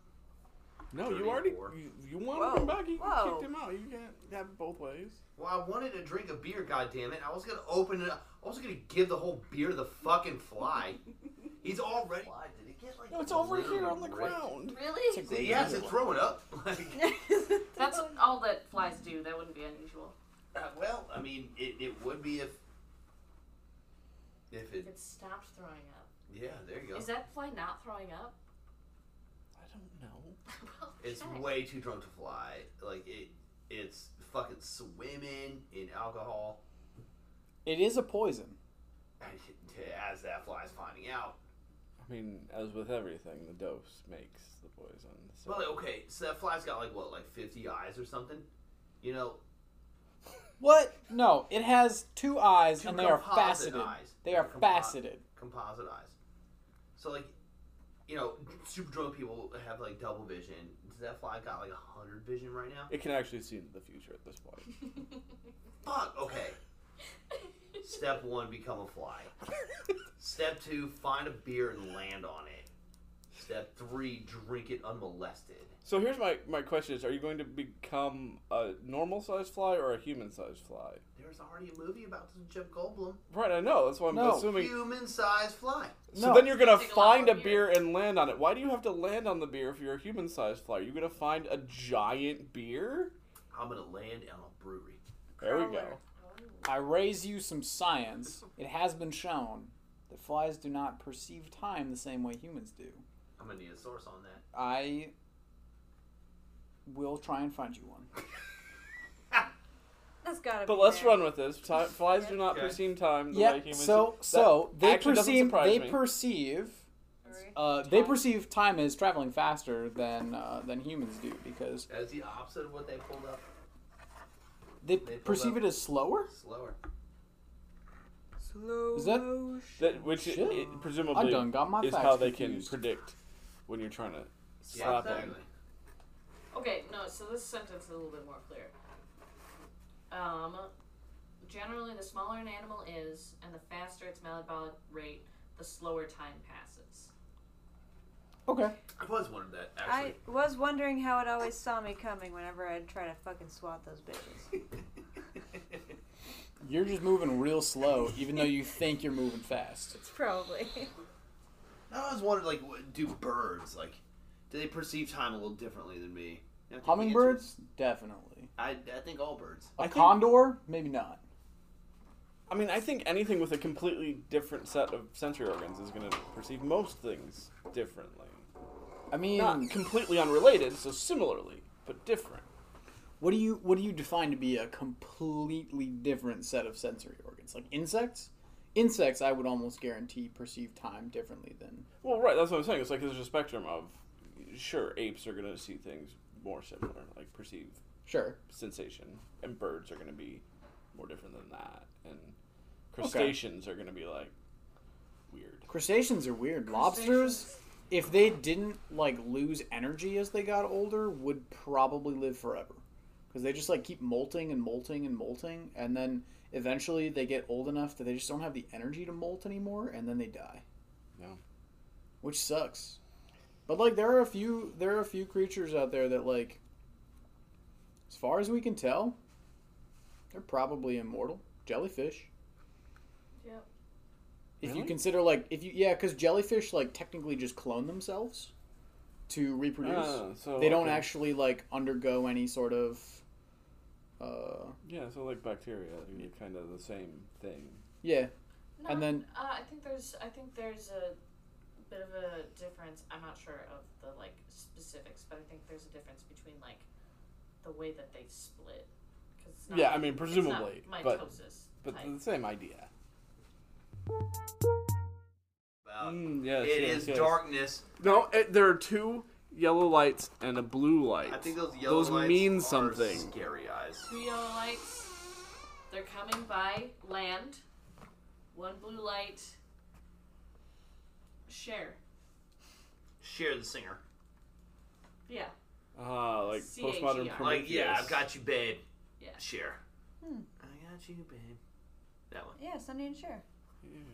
C: No,
D: Dirty
C: you already
D: whore.
C: you, you want him
B: Whoa,
C: back. You
B: whoa.
C: kicked him out. You can't have it both ways.
D: Well, I wanted to drink a beer, goddammit. I was gonna open it up. I was gonna give the whole beer to the fucking fly. He's already. Why did it get like?
C: No, it's over here on the ground.
F: Really?
D: See, yes, it's throwing up. Like,
F: That's all that flies do. That wouldn't be unusual.
D: uh, well, I mean, it, it would be if. If it.
F: It stopped throwing up.
D: Yeah, there you go.
F: Is that fly not throwing up?
C: I don't know.
F: Well,
D: It's
F: check.
D: way too drunk to fly. Like it. It's fucking swimming in alcohol.
E: It is a poison.
D: As that fly's finding out.
C: I mean, as with everything, the dose makes the poison. So.
D: Well, like, okay, so that fly's got like what, like fifty eyes or something. You know,
E: What? No, it has two eyes
D: Two
E: and they are
D: composite
E: faceted.
D: eyes.
E: They
D: They're
E: are
D: compo-
E: faceted.
D: composite eyes. So like, you know, super drunk people have like double vision. Does that fly got like hundred vision right now?
C: It can actually see into the future at this point.
D: Fuck. Okay. Step one: become a fly. Step two: find a beer and land on it. Step three: drink it unmolested.
C: so here's my, my question is, are you going to become a normal-sized fly or a human-sized fly?
D: There's already a movie about this with Jeff Goldblum.
C: Right, I know. That's why I'm
E: No.
C: assuming.
D: Human-sized fly.
C: so
E: No.
C: then you're going to
F: Take a lot
C: find a
F: more
C: beer
F: beer.
C: and land on it. Why do you have to land on the beer if you're a human-sized fly? Are you going to find a giant beer?
D: I'm gonna land on a brewery.
C: There we go.
B: Crawler.
E: I raise you some science. It has been shown that flies do not perceive time the same way humans do.
D: I'm gonna need a source on that.
E: I will try and find you one.
B: That's gotta
C: But
B: be.
C: let's
B: there.
C: run with this. Ti flies do not
D: Okay.
C: precede time. The way
E: Yeah.
C: humans
E: So
C: do.
E: so
C: That
E: they
C: actually doesn't
E: perceive
C: surprise
E: they
C: me.
E: perceive
B: Three.
E: uh, they
F: Time.
E: perceive time as traveling faster than uh, than humans do because
D: That is the opposite of what they pulled up.
E: they,
D: They pulled
E: perceive
D: up-
E: it as slower.
D: Slower.
B: Slow
E: Is that-
B: motion.
C: That, which it,
E: Shit.
C: it
E: I
C: presumably
E: done got my
C: is
E: facts
C: how they
E: confused.
C: can predict when you're trying to
D: Yeah,
C: slap them.
D: exactly.
F: Okay, no, so this sentence is a little bit more clear. Um, generally, the smaller an animal is and the faster its metabolic rate, the slower time passes.
E: Okay.
D: I was wondering that
B: I
D: actually.
B: was wondering how it always saw me coming whenever I'd try to fucking swat those bitches.
E: You're just moving real slow, even though you think you're moving fast.
B: Probably.
D: I always wondered, like, what, do birds like, do they perceive time a little differently than me? I think the answer is-
E: Hummingbirds, definitely.
D: I, I think all birds.
E: A
C: think-
E: condor, maybe not.
C: I mean, I think anything with a completely different set of sensory organs is going to perceive most things differently.
E: I mean,
C: Not completely unrelated, so similarly, but different.
E: what do you what do you define to be a completely different set of sensory organs? Like insects? Insects, I would almost guarantee perceive time differently than
C: Well, right, that's what I'm saying. It's like there's a spectrum of, sure, apes are going to see things more similar, like perceive
E: sure.
C: sensation, and birds are going to be more different than that, and crustaceans are going to be like weird.
E: Crustaceans are weird. Lobsters, if they didn't like lose energy as they got older, would probably live forever because they just like keep molting and molting and molting, and then eventually they get old enough that they just don't have the energy to molt anymore, and then they die.
C: Yeah.
E: which sucks. But like, there are a few there are a few creatures out there that like, as far as we can tell, they're probably immortal. Jellyfish.
F: Yep.
E: If you
C: Really?
E: consider like if you yeah, because jellyfish like technically just clone themselves to reproduce.
C: Ah, so
E: they don't
C: okay.
E: actually like undergo any sort of. Uh,
C: Yeah, so like bacteria, you're kind of the same thing.
E: yeah,
F: No,
E: And then-
F: uh, I think there's I think there's a bit of a difference. I'm not sure of the like specifics, but I think there's a difference between like the way that they split. 'Cause it's not-
C: Yeah, I mean,
F: it's not
C: presumably, but-
F: mitosis
C: But
F: type.
C: the same idea.
D: About
C: Hmm. Mm, yes,
D: it is darkness.
C: No, it, there are two yellow lights and a blue light.
D: I think those yellow
C: Those
D: lights
C: mean
D: are
C: something.
D: Scary eyes.
F: two yellow lights. They're coming by land. One blue light. Share.
D: Share the singer.
F: Yeah.
C: Ah, like postmodern
F: CHER.
C: Prometheus.
F: Like,
D: E Like, yeah, I've got you, babe.
F: Yeah.
D: Share.
B: Hmm.
D: I got you, babe. That one.
B: yeah, Sunny and Cher.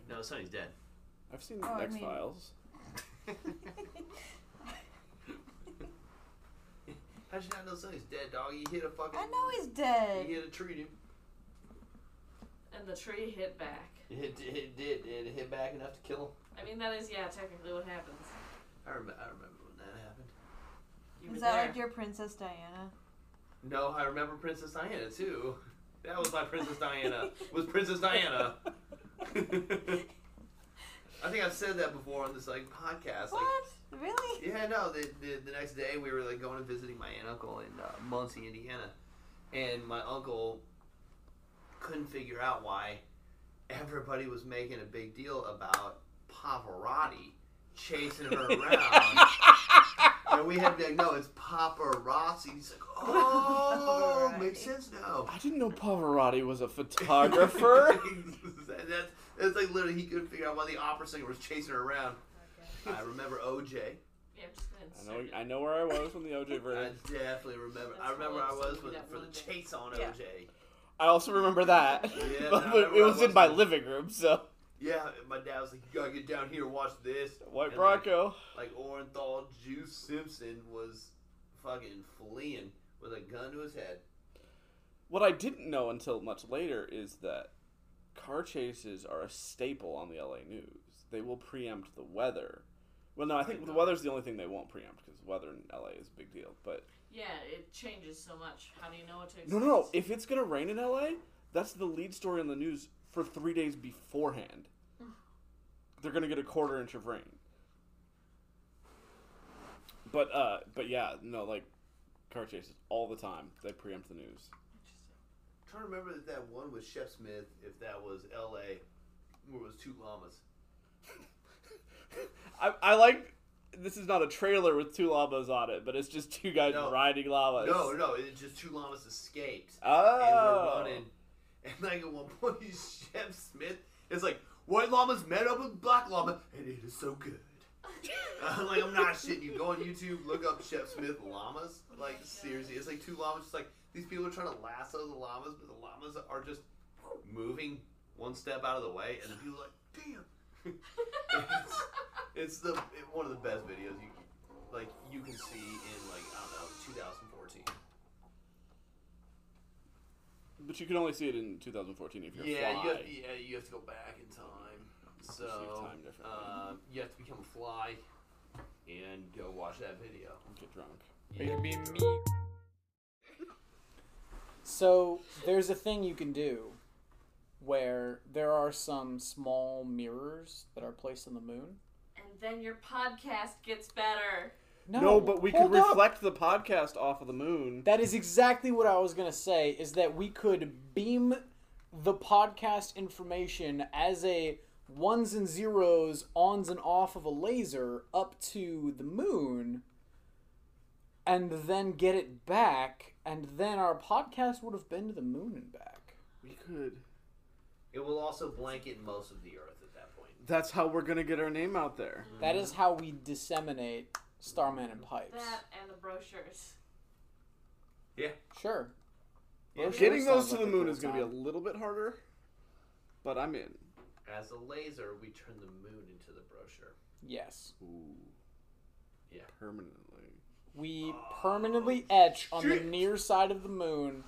D: No, Sonny's dead.
C: I've seen the
B: Oh, I
C: X
B: mean-
C: Files.
D: How'd you not know Sonny's dead, dog? You hit a fucking.
B: I know he's dead.
D: You hit a tree, dude.
F: And the tree hit back.
D: It, hit- it did. It hit back enough to kill him.
F: I mean, that is, yeah, technically what happens.
D: I, rem- I remember when that happened.
F: You were
B: Is that
F: there.
B: like your Princess Diana?
D: No, I remember Princess Diana, too. That was my Princess Diana. was Princess Diana. I think I've said that before on this like podcast. Like,
B: What? Really?
D: Yeah, no. The, the the next day we were like going and visiting my aunt and uncle in uh, Muncie, Indiana, and my uncle couldn't figure out why everybody was making a big deal about Pavarotti chasing her around. and we had to be like, no, it's paparazzi. He's like, oh,
B: Pavarotti.
D: makes sense now.
C: I didn't know Pavarotti was a photographer.
D: That- that's, that's like literally he couldn't figure out why the opera singer was chasing her around. I remember OJ.
F: Yeah, I'm just gonna
C: I
F: insert
C: know,
F: it.
C: I know where I was when the OJ
D: I
C: verdict.
D: definitely remember. I
F: That's
D: remember I
F: all it's
D: was with
F: gonna
D: for
F: be that
D: the
F: one day.
D: chase on
B: Yeah.
D: OJ.
C: I also remember that.
D: Yeah,
C: but
D: I
C: it
D: remember I
C: was in
D: watched
C: my
D: that.
C: living room, so
D: Yeah, my dad was like, "You gotta get down here and watch this."
C: White
D: And, like-
C: Bronco.
D: Like, Orenthal Juice Simpson was fucking fleeing with a gun to his head.
C: What I didn't know until much later is that car chases are a staple on the LA news. They will preempt the weather. Well, no, I think the weather's the only thing they won't preempt because weather in LA is a big deal. But
F: Yeah, it changes so much. How do you know what to expect?
C: no, no, no. If it's gonna rain in LA, that's the lead story on the news for three days beforehand. They're gonna get a quarter inch of rain. But uh, but yeah, no, like car chases all the time. They preempt the news.
D: I'm trying to remember that that one with Chef Smith, if that was L.A., where it was two llamas.
C: I, I like this is not a trailer with two llamas on it, but it's just two guys
D: No.
C: riding llamas.
D: No, no, it's just two llamas escaped. and we're
C: Oh.
D: running. And like at one point, Chef Smith is like, "White llama's met up with black llama, and it is so good." I'm like, I'm not shitting you. Go on YouTube, look up Chef Smith llamas. Like seriously, it's like two llamas. Just like these people are trying to lasso the llamas, but the llamas are just moving one step out of the way, and the people are like, "Damn." it's, it's the it- one of the best videos you can- like you can see in like I don't know 2014.
C: But you can only see it in 2014 if you're
D: Yeah,
C: a
D: you
C: fly.
D: have, yeah, you have to go back in time.
C: Perceive
D: So
C: time differently.
D: um, you have to become a fly and go watch that video.
C: Get drunk.
E: So there's a thing you can do where there are some small mirrors that are placed on the moon.
F: And then your podcast gets better.
E: No,
C: no, but we could
E: hold up.
C: reflect the podcast off of the moon.
E: That is exactly what I was going to say is that we could beam the podcast information as a ones and zeros, ons and off of a laser up to the moon and then get it back and then our podcast would have been to the moon and back.
C: we could.
D: It will also blanket most of the Earth at that point.
C: That's how we're gonna get our name out there.
E: That is how we disseminate Starman and Pipes.
F: That and the brochures.
E: Sure.
D: Yeah,
E: Brochure
C: Getting
E: sounds
C: those to
E: like
C: the
E: a
C: moon
E: cool
C: is gonna be a
E: time.
C: little bit harder, but I'm in.
D: As a laser, we turn the moon into the brochure.
E: Yes.
C: Ooh.
D: Yeah.
C: Permanently.
E: We permanently etch on the
D: shit.
E: near side of the moon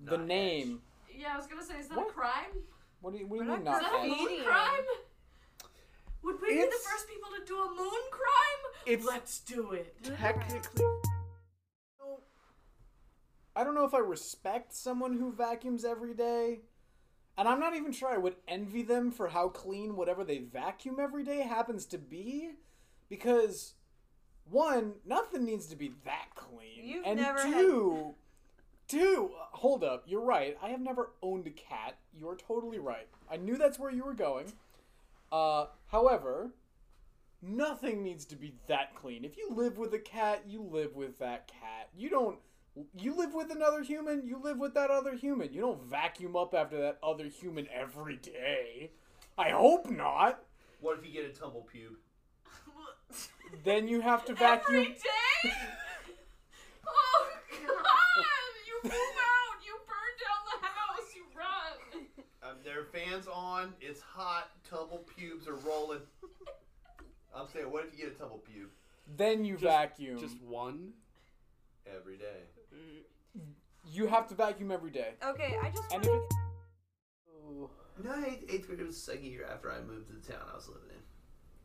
E: the
D: Not
E: name.
F: Yeah, I was gonna say, is that a
E: What?
F: crime?
E: What do you, what do you
B: We're
E: mean
B: not
E: not
F: Is that a
E: etch?
B: Not
F: moon
B: yet.
F: crime? Would we be the
C: It's-
F: first people to do a moon crime?
C: It's-
F: Let's do it.
C: Technically,
E: I don't know if I respect someone who vacuums every day. And I'm not even sure I would envy them for how clean whatever they vacuum every day happens to be. Because, one, nothing needs to be that clean.
B: You've
E: and
B: never had-
E: two, two, uh, hold up, you're right. I have never owned a cat. You're totally right. I knew that's where you were going. Uh, however, nothing needs to be that clean. If you live with a cat, you live with that cat. You don't. You live with another human, you live with that other human. You don't vacuum up after that other human every day. I hope not.
D: What if you get a tumble pube?
E: Then you have to
F: Every
E: vacuum.
F: day? oh god! You move out! You burn down the house! You run!
D: Um, there are fans on. It's hot. Tumble pubes are rolling. I'm saying, what if you get a tumble pube
E: Then you vacuum.
C: just one.
D: every day?
E: You have to vacuum every day.
B: Okay, I just
E: And
B: want
E: if
B: to.
E: it's. Oh,
D: No, eighth, eighth grade was the second year after I moved to the town I was living in.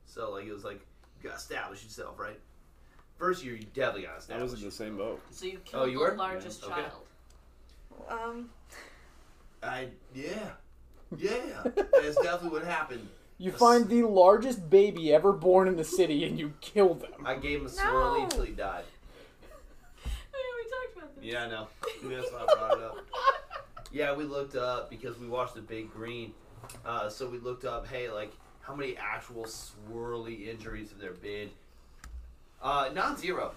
D: So like it was like you gotta establish yourself, right? First year you definitely gotta
C: I
D: establish.
C: was in the same boat.
F: So you
D: killed Oh, you the were?
F: the largest
D: Yeah, okay.
F: child.
D: child.
B: Um,
D: I yeah, yeah. That's definitely what happened.
E: you find the largest baby ever born in the city and you kill them.
D: I gave him a swirly
B: No.
D: until he died.
F: we talked about this.
D: Yeah, I know. That's why I brought it up. Yeah, we looked up because we watched the Big Green. Uh, so we looked up, hey, like how many actual swirly injuries have there been? Uh, not zero.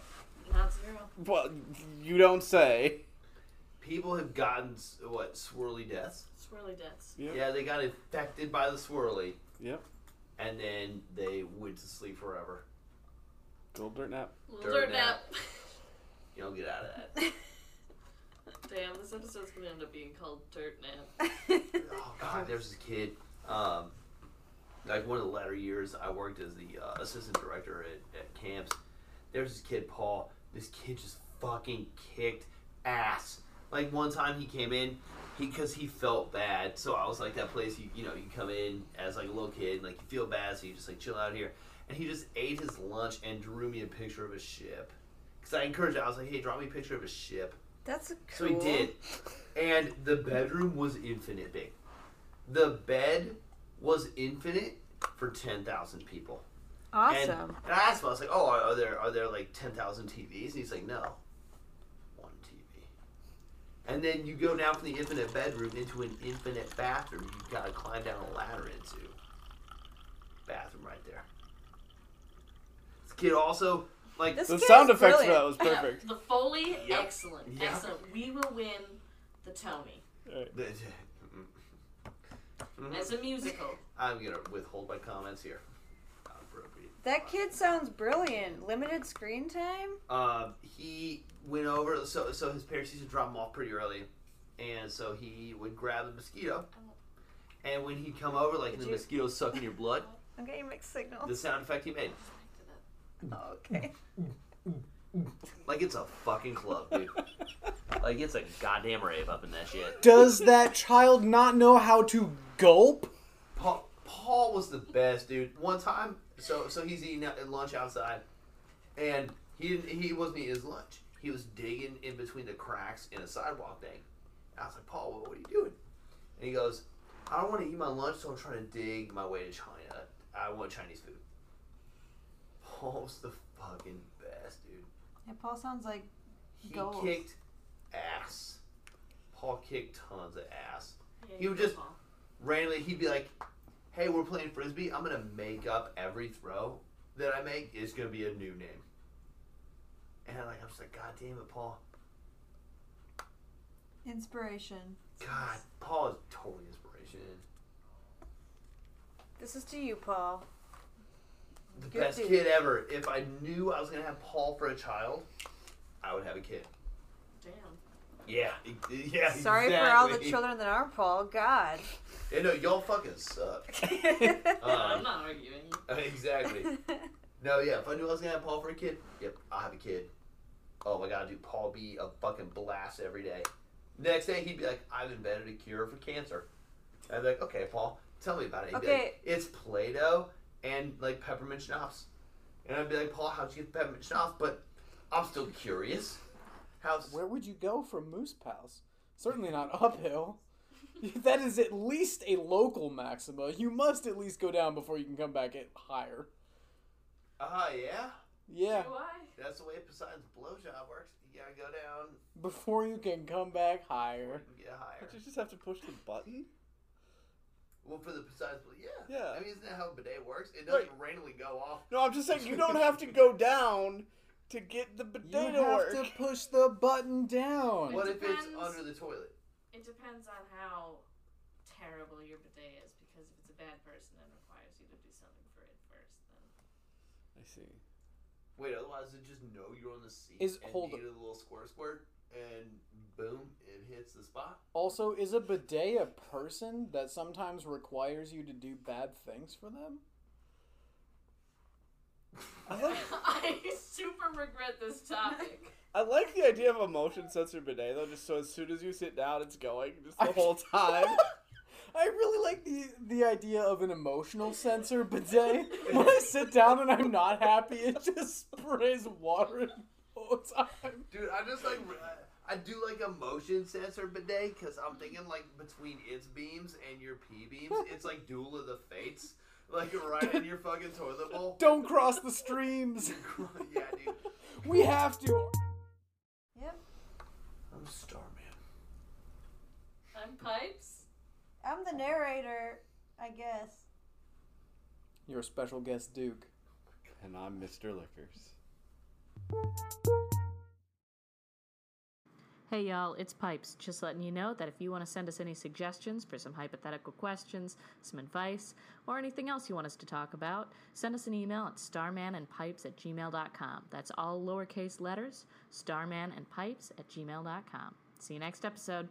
F: Not zero.
C: Well, you don't say.
D: People have gotten s- what swirly deaths.
F: Swirly deaths.
C: Yep.
D: Yeah, they got infected by the swirly,
C: Yep.
D: and then they went to sleep forever.
C: Gold dirt nap.
F: Little
D: Dirt
F: dirt nap.
D: You don't get out of that.
F: Damn, this episode's gonna end up being called Dirt Nap.
D: Oh God, there's this kid. Um, like one of the latter years, I worked as the uh, assistant director at, at camps. There's this kid, Paul. This kid just fucking kicked ass. Like one time he came in, he because he felt bad. So I was like that place you you know you come in as like a little kid, and, like you feel bad, so you just like chill out here. And he just ate his lunch and drew me a picture of a ship. Cause I encouraged, him. I was like, hey, draw me a picture of a ship.
B: that's cool.
D: So he did. And the bedroom was infinite big. The bed was infinite for 10,000 people. And,
B: Awesome.
D: and I asked him, I was like, oh, are, are there are there like 10,000 TVs? And he's like, no, one TV. And then you go down from the infinite bedroom into an infinite bathroom. You've got to climb down a ladder into. Bathroom right there. This kid also, like,
B: This
C: The
B: kid
C: sound
B: is
C: effects for
B: brilliant.
C: that was perfect.
F: The Foley,
D: Yep.
F: excellent,
D: Yeah.
F: excellent. We will win the Tony
D: Mm. Mm-hmm.
F: as a musical.
D: I'm going to withhold my comments here. Not appropriate.
B: That kid sounds brilliant. Limited screen time?
D: Um, he went over. So, so his parents used to drop him off pretty early, and so he would grab the mosquito, and when he'd come over, like and the
B: you-
D: mosquito's sucking your blood,
B: I'm getting mixed
D: the
B: signals.
D: sound effect he made,
B: Okay.
D: like it's a fucking club, dude. like it's a goddamn rave up in that shit.
E: Does that child not know how to gulp?
D: Paul, Paul was the best, dude. One time, so so he's eating out- lunch outside, and he didn't, he wasn't eating his lunch. He was digging in between the cracks in a sidewalk thing. And I was like, Paul, what, what are you doing? And he goes, I don't want to eat my lunch, so I'm trying to dig my way to China. I want Chinese food. Paul's the fucking best, dude.
B: Yeah, Paul sounds like
D: He
B: Goals.
D: kicked ass. Paul kicked tons of ass.
F: Yeah,
D: He would
F: go
D: just-
F: Paul.
D: randomly he'd be like, "Hey, we're playing frisbee. I'm gonna make up every throw that I make is gonna be a new name." And like I'm just like, "God damn it, Paul!
B: inspiration.
D: God, Paul is totally inspiration.
B: This is to you, Paul.
D: The
B: Good
D: best
B: dude.
D: kid ever. If I knew I was gonna have Paul for a child, I would have a kid.
F: Damn.
D: Yeah, e- e- yeah.
B: Sorry for all the
D: exactly.
B: children that aren't Paul. God.
D: Yeah, no, y'all fucking suck.
F: I'm
D: um,
F: not arguing.
D: exactly. No, yeah. If I knew I was gonna have Paul for a kid, yep, I have a kid. Oh my god, dude, Paul be a fucking blast every day. Next day, he'd be like, "I've invented a cure for cancer." I'd be like, "Okay, Paul, tell me about it." He'd be like,
B: Okay.
D: it's Play-Doh and like peppermint schnapps, and I'd be like, "Paul, how'd you get peppermint schnapps?" But I'm still curious. How's
E: Where would you go from Moose Pals? Certainly not uphill. That is at least a local maxima. You must at least go down before you can come back at higher.
D: ah yeah,
E: Yeah,
F: Do I?
D: that's the way Poseidon's blowjob works. You gotta go down,
E: before you can come back higher.
D: and get higher.
C: Don't you just have to push the button?
D: Well, for the Poseidon's, blow- yeah,
C: Yeah.
D: I mean, isn't that how a bidet works? It doesn't randomly go off.
C: No, I'm just saying you don't have to go down to get the
E: You
C: potato
E: have
C: work.
E: to push the button down.
D: What if it's
F: depends.
D: under the toilet?
F: It depends on how terrible your bidet is, because if it's a bad person and requires you to do something for it first, then
C: I see.
D: Wait, otherwise it just know you're on the seat
E: Is-
D: and
E: hold-
D: you get a little squirt squirt and boom, it hits the spot.
E: Also, is a bidet a person that sometimes requires you to do bad things for them?
C: I like
F: I super regret this topic.
C: I like the idea of a motion sensor bidet though, just so as soon as you sit down, it's going just the whole time.
E: I really like the the idea of an emotional sensor bidet. When I sit down and I'm not happy, it just sprays water in the whole time.
D: Dude, I just like I I do like a motion sensor bidet because I'm thinking like between its beams and your pee beams, it's like duel of the fates, like right in your fucking toilet bowl.
E: Don't cross the streams.
D: yeah, dude.
E: We have to.
B: Yep.
D: I'm a star man.
F: I'm pipes.
B: I'm the narrator, I guess.
E: Your special guest, Duke.
C: And I'm Mr. Liquors.
F: Hey y'all, it's Pipes. Just letting you know that if you want to send us any suggestions for some hypothetical questions, some advice, or anything else you want us to talk about, send us an email at starmanandpipes at gmail.com. That's all lowercase letters, starmanandpipes at gmail.com. See you next episode.